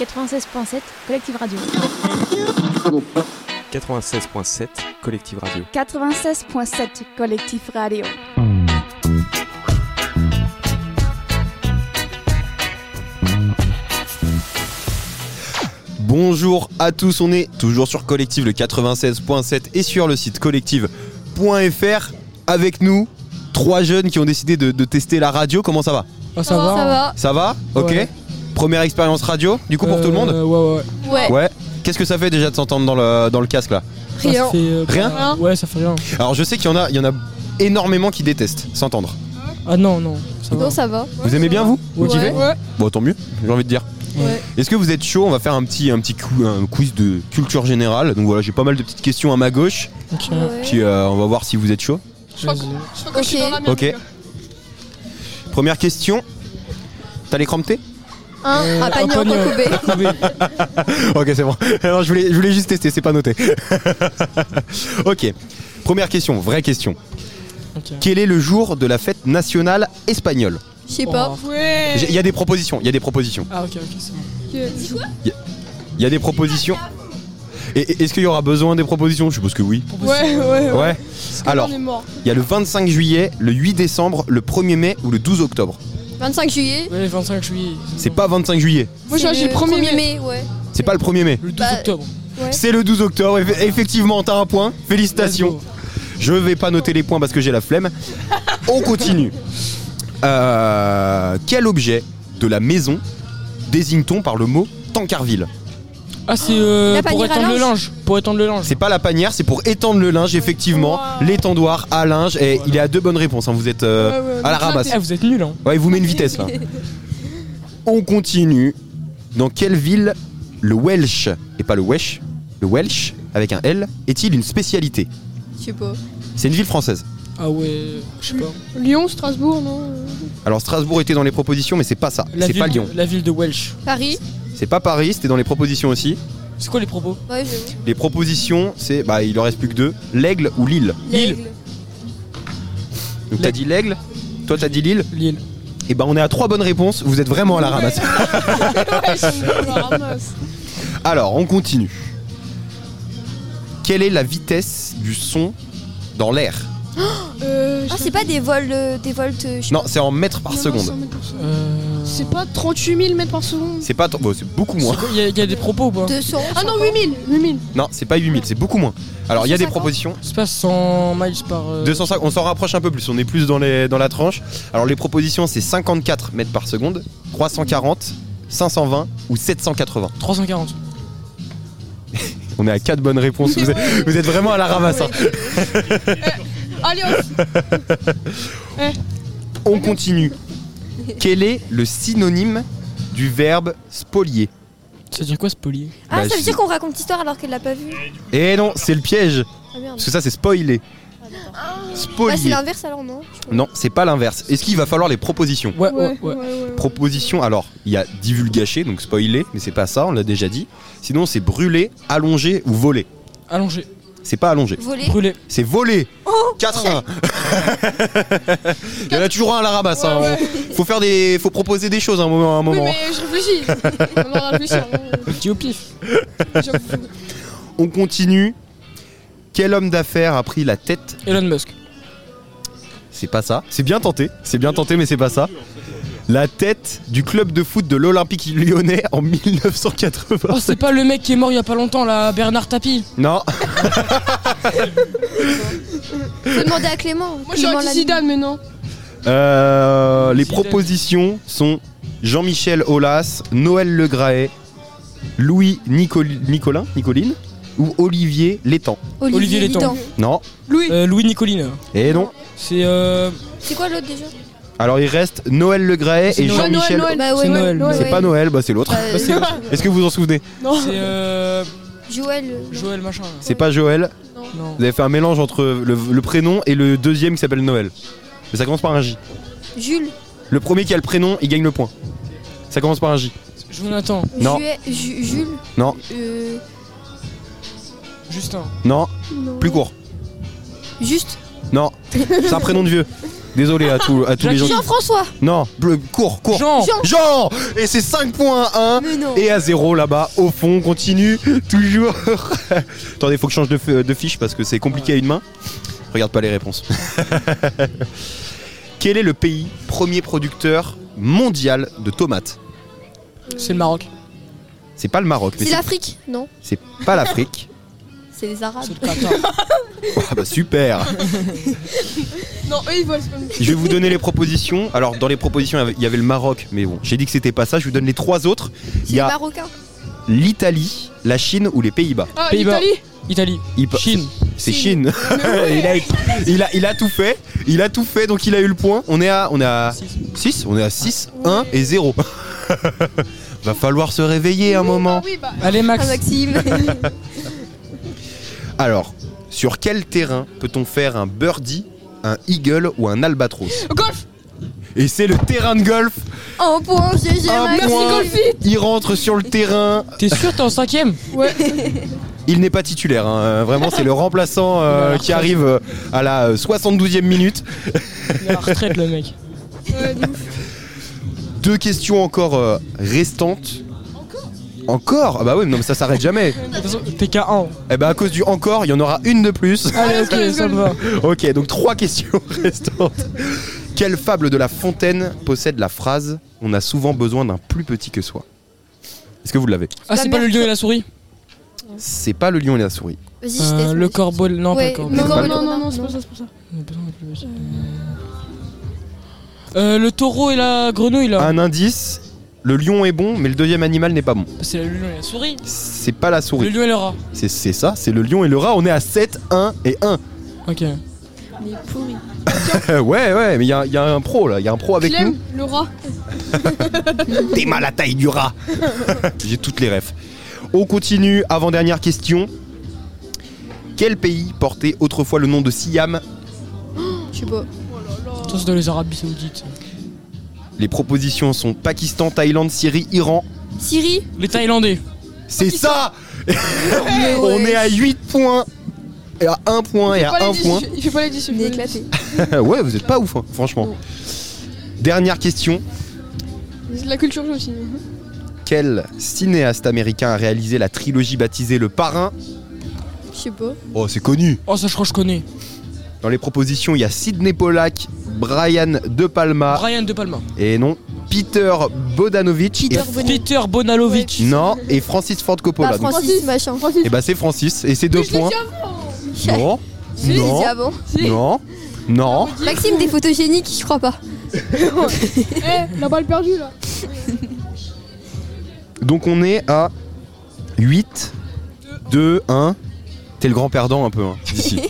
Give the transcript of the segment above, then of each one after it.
96.7, Collective Radio. 96.7 Collective Radio. 96.7 Collectif Radio. Bonjour à tous, on est toujours sur Collective le 96.7 et sur le site collective.fr avec nous trois jeunes qui ont décidé de, de tester la radio. Comment ça va hein. Ah, ça, va, Ça va Ok. Ouais. Première expérience radio du coup pour tout le monde Euh, Ouais, ouais. Ouais. Ouais. Qu'est-ce que ça fait déjà de s'entendre dans le, dans le casque là Ça Rien. fait, euh, Rien pas- Ouais, ça fait rien. Alors je sais qu'il y en a, il y en a énormément qui détestent s'entendre. Ah non, non, ça va. Non, ça va. Vous aimez bien vous Vous Ouais. kiffez Ouais. Bon tant mieux, j'ai envie de dire. Ouais. Est-ce que vous êtes chaud On va faire un petit, un petit cou- un quiz de culture générale. Donc voilà, j'ai pas mal de petites questions à ma gauche. Ok. Puis euh, on va voir si vous êtes chaud. Vas-y. Je crois que je suis dans la merde. Ok. Première question. T'as les crampes Un, Euh, Ah, un panier en panier. cocobé. Ok, c'est bon. Alors, je, voulais, je voulais juste tester, c'est pas noté. ok. Première question, vraie question. Ok. Quel est le jour de la fête nationale espagnole Je sais pas. Oh. Ouais. J'ai- Il y a des propositions, il y a des propositions. Ah, ok, ok, c'est bon. Il y a des propositions. Et- et- Est-ce qu'il y aura besoin des propositions Je suppose que oui. Ouais, euh, ouais, ouais. Ouais. Alors, On est mort. il y a le 25 juillet, le 8 décembre, le 1er mai ou le 12 octobre. 25 juillet. Ouais, 25 juillet. C'est pas 25 juillet, Moi, C'est j'ai le 1er mai. ouais. c'est pas le 1er mai. Le 12 Bah, octobre. C'est le 12 octobre, eff- effectivement, t'as un point. Félicitations. Let's go. Je vais pas noter les points parce que j'ai la flemme. On continue. Euh, quel objet de la maison désigne-t-on par le mot tancarville Ah, c'est euh, La pour panière à étendre le linge. Pour étendre le linge. C'est pas la panière, c'est pour étendre le linge, effectivement. Wow. L'étendoir à linge. Et il est à deux bonnes réponses. hein, Vous êtes euh, Ouais, ouais, à la donc là, ramasse. Ah, vous êtes nuls, hein. Ouais, il vous met une vitesse là. On continue. Dans quelle ville le Welsh, et pas le Wesh, le Welsh avec un L, est-il une spécialité Je sais pas. C'est une ville française. Ah, ouais, je sais pas. Lyon, Strasbourg, non euh. Alors Strasbourg était dans les propositions, mais c'est pas ça. La C'est ville- pas Lyon. La ville de Welsh. Paris. C'est pas Paris, c'était dans les propositions aussi. C'est quoi les propos Ouais, j'avoue. Les propositions, c'est. Bah, il en reste plus que deux l'aigle ou l'île. L'aigle. Donc t'as dit l'aigle, toi t'as dit l'île. Lille. Et bah, on est à trois bonnes réponses, vous êtes vraiment à la ramasse. Ouais, je suis dans la ramasse. Alors, on continue. Quelle est la vitesse du son dans l'air Euh, Ah, je- c'est pas des vols, euh, des volts. euh, je sais Non, c'est en mètres par Non, non, c'est en seconde. mètres par seconde. Euh. C'est pas 38 000 mètres par seconde C'est pas. tant- bon, c'est beaucoup moins. Il y, a- y a des propos ou pas pas, 200. Ah non, 8 000 8 000 Non, c'est pas 8000, c'est beaucoup moins. Alors, il y a des 250. propositions. Ça se passe 100 miles par. euh, 205, on s'en rapproche un peu plus, on est plus dans, les, dans la tranche. Alors les propositions c'est 54 mètres par seconde, 340, 520 ou 780. 340. On est à 4 bonnes réponses, vous êtes, vous êtes vraiment à la ramasse. hein. Allez, on- On continue. Quel est le synonyme du verbe spolier Ça veut dire quoi, ce polier Ah, Bah, ça veut je- dire qu'on raconte l'histoire alors qu'elle l'a pas vue. Eh non, c'est le piège, Ah merde. parce que ça c'est spoiler. Ah, c'est Spolier. l'inverse alors, non Non, c'est pas l'inverse. Est-ce qu'il va falloir les propositions Ouais, Ouais, ouais, ouais. ouais, ouais. Proposition, alors il y a divulgacher, donc spoiler, mais c'est pas ça, on l'a déjà dit. Sinon c'est brûler, allonger ou voler. Allongé. C'est pas allonger. Voler. Brûlé. C'est volé Oh. 4-1 Il y en a toujours un à la rabasse. hein. Ouais, Faut faire des. Faut proposer des choses à un moment. à un Oui, moment. hein. mais je réfléchis. On va réfléchir. Dis au pif. J'avoue. On continue. Quel homme d'affaires a pris la tête Elon Musk. C'est pas ça. C'est bien tenté. C'est bien tenté, mais c'est pas ça. La tête du club de foot de l'Olympique lyonnais en Oh, 1980. c'est pas le mec qui est mort il y a pas longtemps là, Bernard Tapie. Oh. Non, Faut demander à Clément. Moi, je suis anti Zidane, mais non. Euh, les Zidane. propositions sont Jean-Michel Aulas, Noël Le Graët, Louis Nicol- Nicolin, Nicoline ou Olivier Létang. Olivier Létang. Non, Louis. Euh, Louis Nicoline. et non. C'est euh, C'est quoi l'autre déjà Alors il reste Noël Le Graët C'est et Noël. Jean-Michel. Noël, Bah C'est ouais, Noël, ouais, mais C'est ouais. pas Noël, bah c'est l'autre. Bah, bah, c'est euh, Est-ce que vous vous en souvenez Non. c'est euh, Joël. euh, non. Joël machin. là. C'est pas Joël. Non. Vous avez fait un mélange entre le, le prénom et le deuxième qui s'appelle Noël. Mais ça commence par un J. Jules. Le premier qui a le prénom, il gagne le point. Ça commence par un J. Jonathan, Non. Juet- Ju- Jules. Non. Euh, Justin. Non, Non. plus court. juste. Non, c'est un prénom de vieux. Désolé à, tout- à tous les gens. qui- Jean-François Non, bleu, cours, cours. Jean. Jean Jean Et c'est 5 points à 1 Mais non et à 0 là-bas, au fond, on continue, toujours. Attendez, faut que je change de, f- de fiche parce que c'est compliqué à une main. Regarde pas les réponses. Quel est le pays premier producteur mondial de tomates C'est le Maroc. C'est pas le Maroc, mais C'est l'Afrique Non, c'est pas l'Afrique. c'est les C'est Arabes. le Qatar. Ah bah super Non, eux ils volent, c'est pas nous. Je vais vous donner les propositions. Alors dans les propositions, il y avait- il y avait le Maroc, mais bon, j'ai dit que c'était pas ça. Je vous donne les trois autres. C'est Il les y a Marocains. l'Italie, la Chine ou les Pays-Bas. Ah, Pays-Bas. l'Italie Italie. Il pa- Chine. Bah, C'est Chine. Chine. Mais il, ouais. a, il, a, il a tout fait, il a tout fait, donc il a eu le point. On est à on est à Six. 6, on est à 6, 1 et 0. Va falloir se réveiller un Oui, moment. bah oui, bah, Allez Ah, Max. Maxime. Alors, sur quel terrain peut-on faire un birdie, un eagle ou un albatros Golf Et c'est le terrain de golf, Un point, GG Un Maxime. point. Golfi il rentre sur le terrain, T'es sûr t'es en cinquième il n'est pas titulaire, hein. Euh, vraiment c'est le remplaçant euh, Voilà. qui arrive euh, à la euh, 72e minute. Il est à la retraite le mec. Ouais, Euh, de ouf. Deux questions encore euh, restantes. Encore Ah bah oui, non mais ça s'arrête jamais. De toute façon, T'es qu'à 1. Eh ben à cause du encore, il y en aura une de plus. Allez let's go, ok let's ça go. me va. ok, donc trois questions restantes. Quelle fable de La Fontaine possède la phrase On a souvent besoin d'un plus petit que soi Est-ce que vous l'avez Ah La c'est pas le merde. lion et la souris C'est pas le lion et la souris. Vas-y, je Euh, teste. Le corbeau. Non pas Ouais, le corbeau. le Non, corbeau. non, non, non, non, c'est pas ça, c'est pas ça. On a besoin de plus petit. Euh, le taureau et la grenouille là. Un indice le lion est bon, mais le deuxième animal n'est pas bon. C'est le lion et la souris. C'est pas la Le souris. lion et le rat. C'est c'est ça, c'est le lion et le rat. On est à 7, 1 et 1. Ok. Il est pourri. ouais, ouais, mais il y, a- il y a un pro là, il y a un pro avec nous. Clem, le rat. T'es mal à la taille du rat J'ai toutes les refs. On continue, avant-dernière question. Quel pays portait autrefois le nom de Siam Je sais pas. Ça c'est dans les Arabes Saoudites. Les propositions sont Pakistan, Thaïlande, Syrie, Iran. Siri Les Thaïlandais. C'est Pakistan. ça Mais On ouais. est à 8 points et à 1 point et à Pas les 1 dix, point. Il fait pas les 10, On est éclaté. ouais, vous êtes pas ouf, hein, franchement. Dernière question. C'est de la culture jeu aussi. Quel cinéaste américain a réalisé la trilogie baptisée Le Parrain Je sais pas. Oh, c'est connu. Oh ça je crois que je connais. Dans les propositions, il y a Sidney Pollack, Brian De Palma, Brian De Palma. Et non, Peter Bodanovich. Peter et- Bodanovich. Peter Bonalovic. Non, et Francis Ford Coppola. Pas Francis, Francis. machin. Et bah c'est Francis et c'est deux Oh, je l'ai points. Non, dit avant Je l'ai non, dit avant. Si. non, non. Maxime, des photogéniques, je crois pas. Eh, la balle perdue là. Donc on est à 8, 2, 1. T'es le grand perdant un peu hein, d'ici.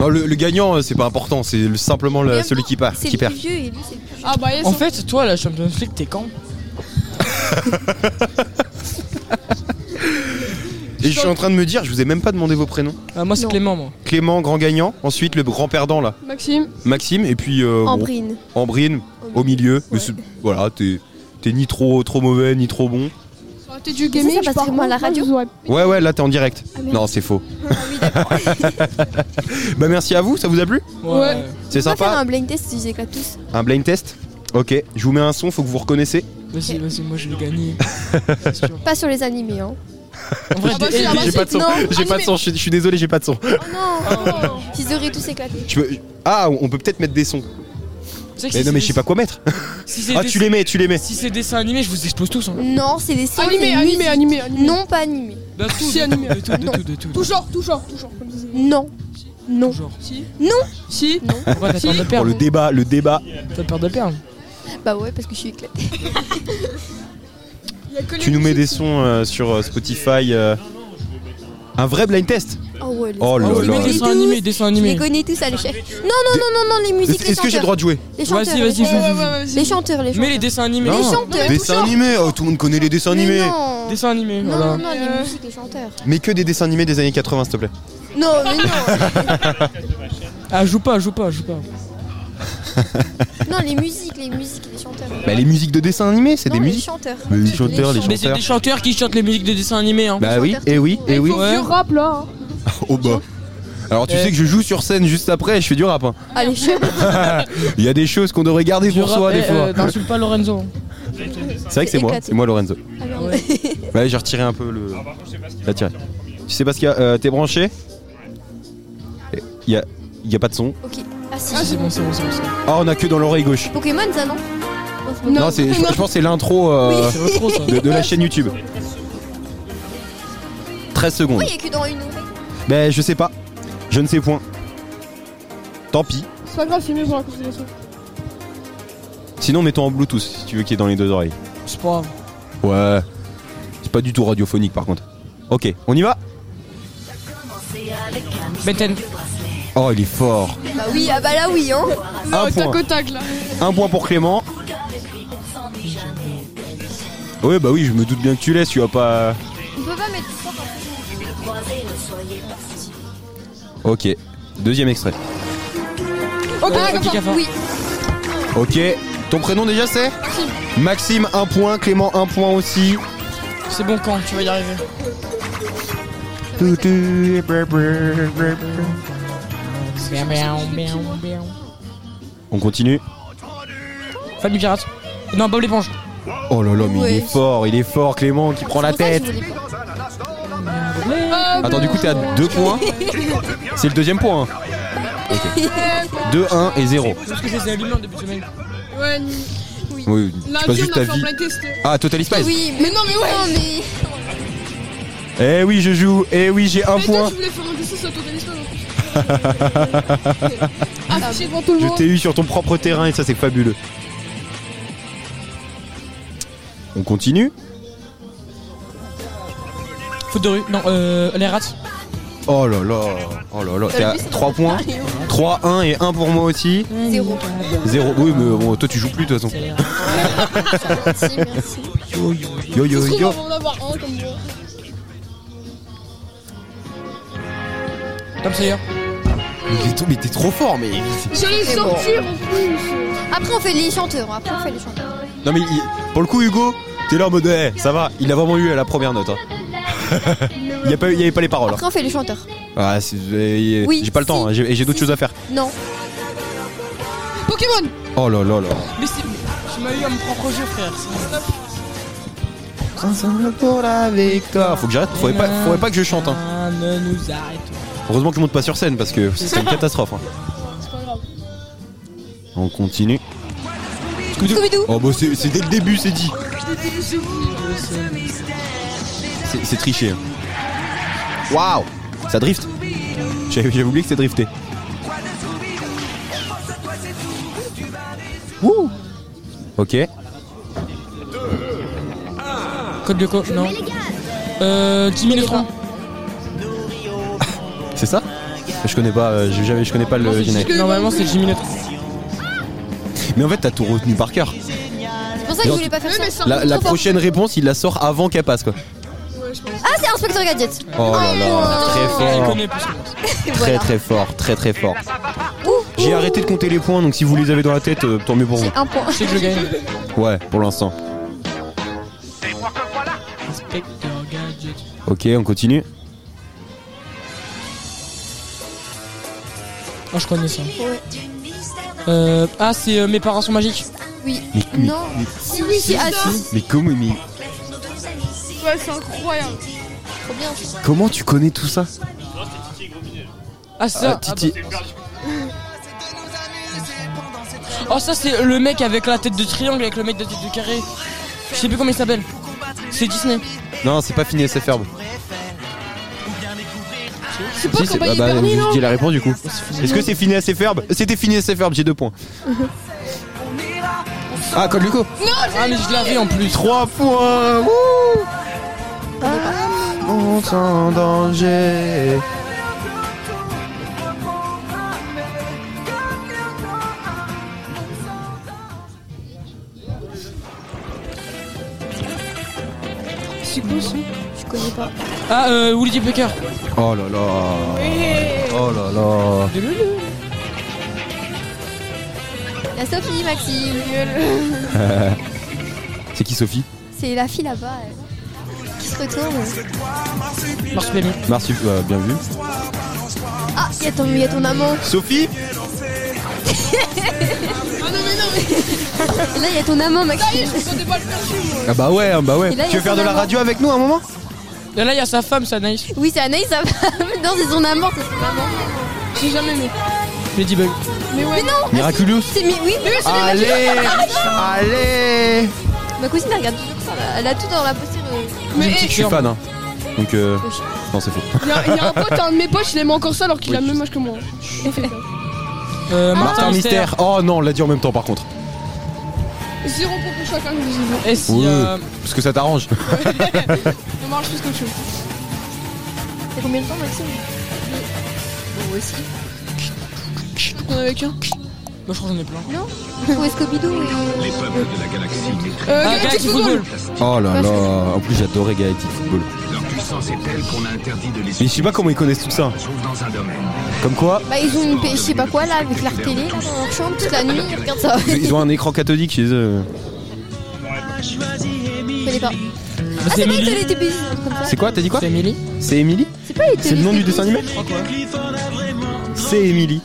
Non, le, le gagnant euh, c'est pas important, c'est le- simplement le- Mais celui qui, part, C'est qui le perd. plus vieux et lui, c'est le plus jeune. Ah bah yes. En fait toi la Champions League t'es quand Et je suis en train de me dire, je vous ai même pas demandé vos prénoms. Ah, Moi c'est Non. Clément moi. Clément, grand gagnant. Ensuite le grand perdant là, Maxime, Maxime. Et puis euh, bon, Ambrine. Ambrine au milieu. Mais c'est- voilà, t'es t'es ni trop, trop mauvais ni trop bon. ça aurait été du Ça, gaming. ça je pars passerait moins à la contre, radio. je vous aurais- Ouais, ouais, là t'es en direct. Ah, merde. non, c'est faux. Ah oui, d'accord. Bah merci à vous, ça vous a plu Ouais. C'est On va faire sympa un blind test si j'éclate tous. Un blind test Ok, je vous mets un son, faut que vous reconnaissez. Vas-y vas-y moi je vais gagner. Pas sur les animés, hein. En vrai Ah bah, t'es- c'est eh, la mais- raison. pas de son, non, j'ai pas de animé. son, je suis- je suis désolé, j'ai pas de son. Oh Ah, non Ils auraient tous éclaté. Je peux- Ah, on peut peut-être mettre des sons. tu sais que Mais si non, mais je c'est sais pas quoi mettre. des- Si c'est Ah, des- tu les mets, tu les mets. Si c'est dessin animé je vous explose tous. Bah, hein. Non, c'est des sons. Animé, c'est animé, musique. animé, animé. Non, pas animé. Bah tout. Si, de- animé. De tout de Non. tout de tout. Tout genre, tout genre, tout genre. comme ça. Non. Non. Genre. Si. Non. Si. Non. Ouais, t'as peur de Pour le perdre. débat, Oh, le débat. T'as peur de perdre. Bah ouais, parce que je suis éclatée. Y a que les Tu nous mets des musiques. sons euh, sur euh, Spotify. euh, Un vrai blind test Oh ouais. les- Oh là Ah oui, là. mais les Dessin tous. animé, dessin Je animé. les connais tous, allez, chef. Non, non, non, non, non, les musiques, les Est-ce que j'ai le chanteurs. droit de jouer Les chanteurs. Vas-y, les vas-y, Ouais, chanteurs. ouais, ouais, vas-y. Ah, Les chanteurs, les Mais chanteurs. les dessins animés. Les Non. chanteurs. Dessins animés Oh, tout le monde connaît les dessins Mais animés non. Dessins animés. Non, Voilà. non, non, les Euh. musiques, les chanteurs. Mais que des dessins animés des années 80, s'il te plaît. Non, mais non. Ah joue pas, joue pas, joue pas. Non, les musiques, les musiques, les chanteurs. Bah, les musiques de dessins animés, c'est Non, des les musiques. chanteurs. Mais les chanteurs, les Mais c'est chanteurs. des chanteurs qui chantent les musiques des dessins animés. Hein. Bah oui, chanteurs. et oui, et Il oui. faut Ouais. vieux rap là. Oh bah. Alors tu Eh. sais que je joue sur scène juste après et je fais du rap. hein. Allez, je Il y a des choses qu'on devrait garder Du pour rap, soi des eh, fois. euh, N'insulte pas Lorenzo. C'est vrai que c'est moi, éclaté. c'est moi Lorenzo. Ah, merde. Ouais, j'ai retiré un peu le. La tirée. Tu sais pas ce qu'il y a euh, T'es branché Il y a, y a pas de son. Ok. Ah si. Ah, C'est bon, c'est bon, c'est bon. c'est bon. Ah, on a que dans l'oreille gauche. Pokémon, ça non Non. Non, c'est- je, je pense que c'est l'intro euh, C'est votre trop ça. de, de la chaîne YouTube. 13 secondes. Pourquoi il y a que dans une Bah oreille Ben, je sais pas. Je ne sais point. Tant pis. C'est pas grave, c'est mieux pour la constellation. Sinon, mettons en Bluetooth si tu veux qu'il y ait dans les deux oreilles. C'est pas grave. Ouais. C'est pas du tout radiophonique par contre. Ok, on y va Benten. Oh, il est fort. Bah oui, ah bah là oui, hein. Non, point. tac au tac là. Un point pour Clément. Ouais, bah oui, je me doute bien que tu laisses, tu vas pas. On peut pas mettre ça. par contre. Ok, deuxième extrait. Ah, Ok, Euh, comme ça. Kikafa. Oui. Ok, ton prénom déjà c'est Maxime, un point, Clément, un point aussi. C'est bon quand tu vas y arriver. Bien, bien, bien, bien. On continue. Famille pirate. Non, Bob l'éponge. Oh là là, mais il Ouais. est fort, il est fort, Clément qui prend la C'est pour ça que tête. je voulais pas. Ah, Attends, du coup, t'es à deux points. C'est le deuxième point. hein. 2, 1 et 0. Parce que je les ai allumés en début de semaine. Ouais, Oui, tu passes lundi juste on ta a fait un vie. blind test. Ah, Total Space. Oui, mais non, mais ouais. hein, Non, mais. Eh oui, je joue. Eh oui, j'ai un Mais toi, point. tu voulais faire un test sur ton téléphone en plus. Affiché devant Ah, tout le Je monde. t'ai eu sur ton propre terrain et ça, c'est fabuleux. On continue. Foot de rue. Non, euh, les rats. Oh là là. Oh là là. T'es à Lui, ça 3 points. hein. 3, 1 et 1 pour moi aussi. Zéro. 0. Oui, mais bon, toi, tu joues plus de toute façon. Merci, merci. Yo yo Ça se trouve, yo. on va en avoir un comme moi. Tom Sawyer. Mais t'es trop- Mais t'es trop fort, mais. Je les C'est bon. sortir en plus. Après, on fait les chanteurs. hein. Après, on fait les chanteurs. Non, mais il- pour le coup, Hugo, t'es là en mode. Eh, ça va. Il a vraiment eu à la première note. hein. Il n'y avait pas les paroles. hein. Après, on fait les chanteurs. Ah, c'est- euh, Oui, j'ai pas le temps, si. hein, j'ai et j'ai d'autres Si. choses à faire. Non. Pokémon Oh là là là. Mais c'est. Tu m'as eu à mon propre jeu, frère. Ensemble pour la victoire. Faut que j'arrête, faudrait pas, faudrait pas que je chante. hein. Ah, Ne nous arrête. Heureusement que je monte pas sur scène parce que c'est une catastrophe. hein. C'est pas grave. On continue. Scooby-Doo. Oh bah c'est c'est dès le début, c'est dit. C'est- C'est triché. hein. Waouh Ça drift J'avais j'avais oublié que c'était drifté. Wouh Ok. Code Lyoko. Non. Euh, Jimmy Neutron. C'est ça Je connais pas, euh, j'ai jamais, je connais pas Non, le c'est- générique. Normalement, c'est Jimmy Neutron. Mais en fait, t'as tout retenu par cœur. C'est pour ça que je voulais pas faire Oui, mais ça. ça La, la Trop fort. prochaine réponse, il la sort avant qu'elle passe quoi. Ouais, je pense. Ah, c'est Inspecteur Gadget. Oh là là, très Je fort, connais plus. très très fort, très très fort. Ouh, J'ai ouh. arrêté de compter les points, donc si vous les avez dans la tête, euh, tant mieux pour vous. J'ai un point. Je sais que je gagne. Ouais, pour l'instant. Inspecteur Gadget. Ok, on continue. Ah, je connais ça. Ouais. Euh, ah, c'est euh, Mes parents sont magiques. Oui. Mais, mais- Non. mais- Si, oui, c'est ah, si. mais comment, mais Ouais, c'est incroyable. Trop bien. comment tu connais tout ça Ah, c'est ça. Ah, Titi. Oh, ça, c'est le mec avec la tête de triangle, avec le mec de tête de carré. Je sais plus comment il s'appelle. C'est Disney. Non, c'est pas fini, c'est ferme. C'est pas c'est- quand ah il bah, est dernier, je non dis la réponse du coup. Est-ce que c'est fini assez ferme C'était fini assez ferme, j'ai deux points. Ah, Code Luco Ah, mais je l'avais en plus. Trois points wouh On est en danger C'est quoi ça Je connais pas. Ah, euh, Woody Pecker. Oh là là Oh là là La Sophie, Maxime. C'est qui Sophie C'est la fille là-bas euh, qui se retourne. Marsupilami. Marsu, euh, bien vu. Ah, il y, a ton- y a ton amant. Sophie Ah non, mais non, mais Là, il y a ton amant, Maxime. je comptais pas le faire chier, moi. Ah bah ouais, bah ouais. Et là, il y Tu a veux faire son de la amant. radio avec nous un moment Et là, il y a sa femme, ça, Naïs. Oui, c'est Anaïs, sa femme. Non, c'est son amant, c'est son amant. J'ai jamais mis. Ladybug. Mais ouais. Mais non Miraculous C'est mi- Oui, mais Allez Allez Ma cousine, elle regarde toujours ça, là. Elle a tout dans la posture. euh. Mais Une petite Je suis fan, hein. Donc, euh... Oui. Non, c'est faux. il y, a- y a un pote, un de mes potes, il aimait encore ça alors qu'il Oui, a le je même âge que moi. Euh, Martin Ah, Mystère. Oh non, on l'a dit en même temps par contre. Zéro point pour chacun, je dis Et si, Oui. euh, Parce que ça t'arrange. On marche plus qu'autre chose. T'as combien de temps, Maxime Moi aussi. Faut qu'on avec un. moi, je crois qu'on est plein. Où est Scooby-Doo et- Euh, Ah, Galaxy Football. Oh là là. En plus, j'adorais Gaëti Football. Leur puissance est telle qu'on a interdit de les Mais je sais pas comment ils connaissent tout ça. sauf dans un domaine. Comme quoi, Bah, ils ont une pa- je sais pas quoi là, avec leur télé là, dans leur chambre toute la nuit, ils regardent ça. Je ils ont un écran cathodique chez eux. connais pas. Bah, Ah, c'est c'est pas les Emily. Teletubbies, un truc comme ça. C'est quoi T'as dit quoi C'est Emily C'est Emily C'est pas les C'est le nom du dessin animé Je crois que ouais. C'est Emily.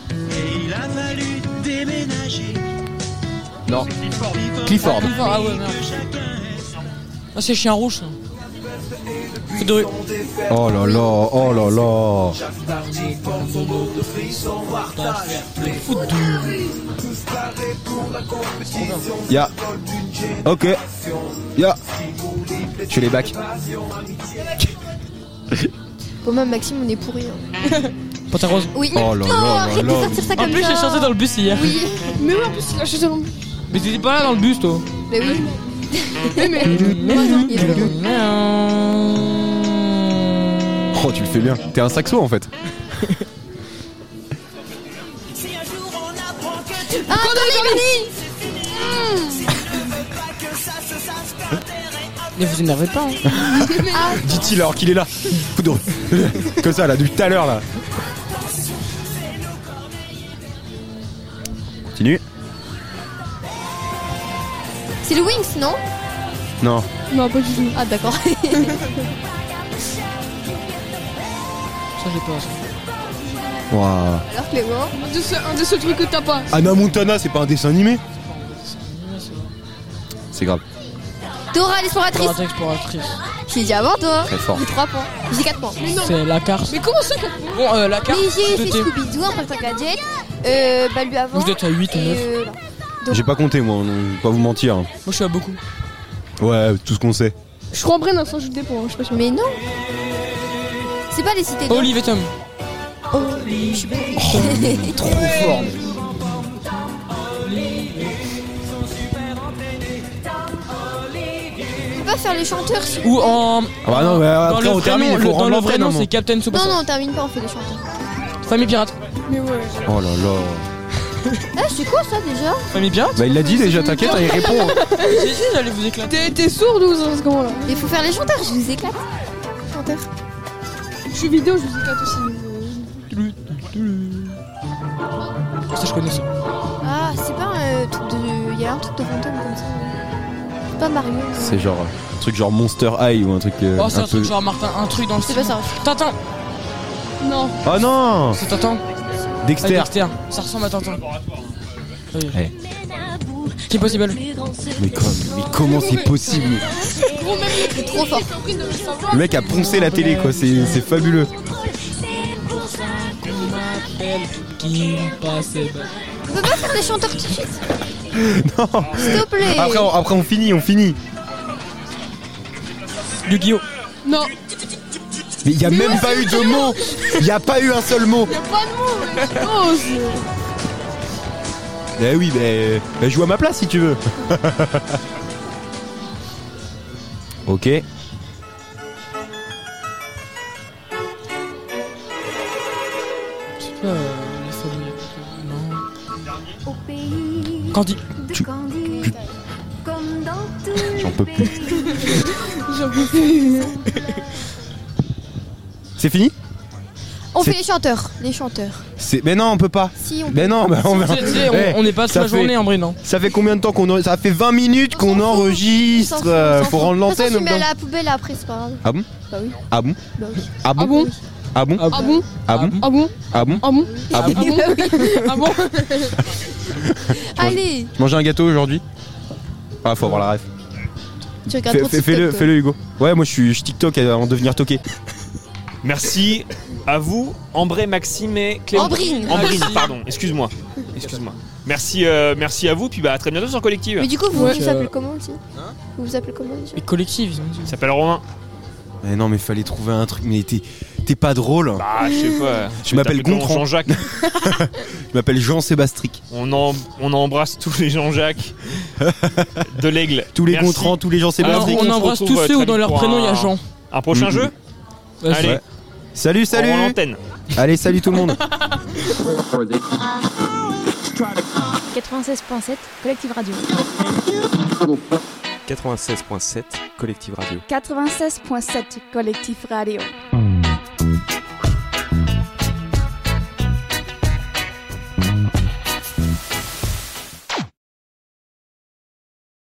Non. Clifford. Ah ouais, merde. Ah, c'est Chien Rouge, ça. Feu de rue. Oh là là, oh là là. Ya. Ok. Ya. Tu les bacs. Pour moi, Maxime, on est pourri. hein. Panthère Rose. Oui, Oh là non, là là arrête de là. sortir ça comme En plus, ça. j'ai chanté dans le bus hier. Oui, Mais ouais, en plus, il a acheté son. Mais t'étais pas là dans le bus, toi. mais oui. Mais mais. il est là. Oh, tu le fais bien. T'es un saxo en fait. Ah, Connery Ne vous énervez pas. hein. Dit-il alors qu'il est là. Coup de- Comme ça, là, depuis tout à l'heure là. Continue. C'est le Wings, non Non. Non, pas du tout. Ah, d'accord. Ça, j'ai pas. ça. Waouh. Alors, Clément. Un de ceux- un des seuls trucs que t'as pas. Anna Montana, c'est pas un dessin animé C'est grave. Dora l'exploratrice. Pirate exploratrice. J'ai dit avant, toi. Très fort. J'ai 3 points. J'ai 4 points. Mais non. C'est la carte. Mais comment ça que- Bon, euh, la Mais carte. j'ai fait de thé. Scooby-Doo, Inspecteur Gadget. Euh, bah, lui avant. Vous êtes à 8 ou et, 9. euh, là. J'ai pas compté moi, non, je vais pas vous mentir. Moi, je suis à beaucoup. Ouais, tout ce qu'on sait. Je crois en Bren, sans jeu des points, je sais pas si. Mais non. C'est pas les cités d'or. Olive et Tom. Oh, je suis Oh, bête. Trop fort. Tu peux pas faire le chanteur si- Ou en. Ah bah non, mais Dans après le on termine, prénom, il le- faut dans rendre le l'antenne. prénom, un c'est Captain Super. Non, non, on termine pas, on fait le chanteur. Famille pirate. Mais ouais. moment. Oh là là. Ah, c'est quoi ça déjà Famille pirate Bah il l'a dit déjà, t'inquiète, hein, il répond. Si, si, j'allais vous éclater. T'es t'es sourde ou ça, c'est comment là Il faut faire les chanteurs, je vous éclate. Chanteur. Je suis vidéo, je vous éclate aussi. mais- Ça, je connais ça. Ah, c'est pas un truc de. Il y a un truc de fantôme comme ça. C'est pas Mario. C'est genre un truc genre Monster High ou un truc euh, Oh, c'est un, un peu. truc genre Martin, un truc dans le C'est style. pas ça. Tintin Non. Oh non C'est Tintin Ah, Dexter Dexter. Ça ressemble à Tintin. Oui. Ouais. Qui est possible Mais, comme- mais comment c'est possible Gros, même le Trop fort. Le mec a poncé la télé quoi, c'est c'est fabuleux. Qui eh ben, On peut pas faire des chanteurs tout de suite Non S'il te plaît après on, après on finit, on finit. Yu-Gi-Oh Non. Mais il y a même pas eu de mot Il y a pas eu un seul mot Y'a pas de mots, mais. Oh, c'est- Bah oui, mais bah, joue à ma place si tu veux. ok. Euh, Au pays Candy. de Tu- Candide, comme dans tous J'en peux les plus. pays. J'en peux plus. C'est fini On fait C'est- les chanteurs. Les chanteurs. C'est. Mais non, on peut pas. Si, on peut. Mais non, bah, on... Tu sais, tu sais, on- Eh, on est pas sur ça la fait- journée hein. en vrai, non ça fait combien de temps qu'on en- ça fait 20 minutes On s'en qu'on fout, enregistre. euh, faut rendre De toute l'antenne. façon, tu mets à non la poubelle après, c'est pas grave. Ah bon Bah oui. Ah bon Bah oui. Ah bon Ah bon Ah bon Ah bon Ah bon Ah bon Ah bon Ah bon Ah bon Ah bon Ah bon Allez, Tu manges un gâteau aujourd'hui Ah, faut avoir la ref. tu regardes Fais- trop fais- TikTok, Fais-le, toi. fais-le, Hugo. Ouais, moi je suis je TikTok euh, avant de devenir toqué. Merci à vous, Ambré, Maxime et Clément. Ambrine. Ambrine, Merci. pardon, excuse-moi. Excuse-moi. Merci, euh, merci à vous, puis bah, à très bientôt sur Collective. Mais du coup, vous Ouais, vous euh, appelez comment aussi Vous vous appelez comment déjà Et collective, ils ont dit. Il s'appelle Romain. Mais non, mais fallait trouver un truc. Mais t'es t'es pas drôle. Bah, je sais pas. Je m'appelle t'appelle Gontran. Jean-Jacques. Je m'appelle Jean-Sébastric. On, en- on embrasse tous les Jean-Jacques de l'Aigle. Tous les Merci. Gontran, tous les Alors, Jean-Sébastric. on on se embrasse retrouve, tous ceux euh, où dans leur pour prénom il y a un- Jean. Un prochain Mhm. jeu Vas-y. Allez, Ouais. Salut, on rend salut l'antenne. Allez, salut tout le monde 96.7 Collective Radio. 96.7 Collective Radio. 96.7 Collectif Radio.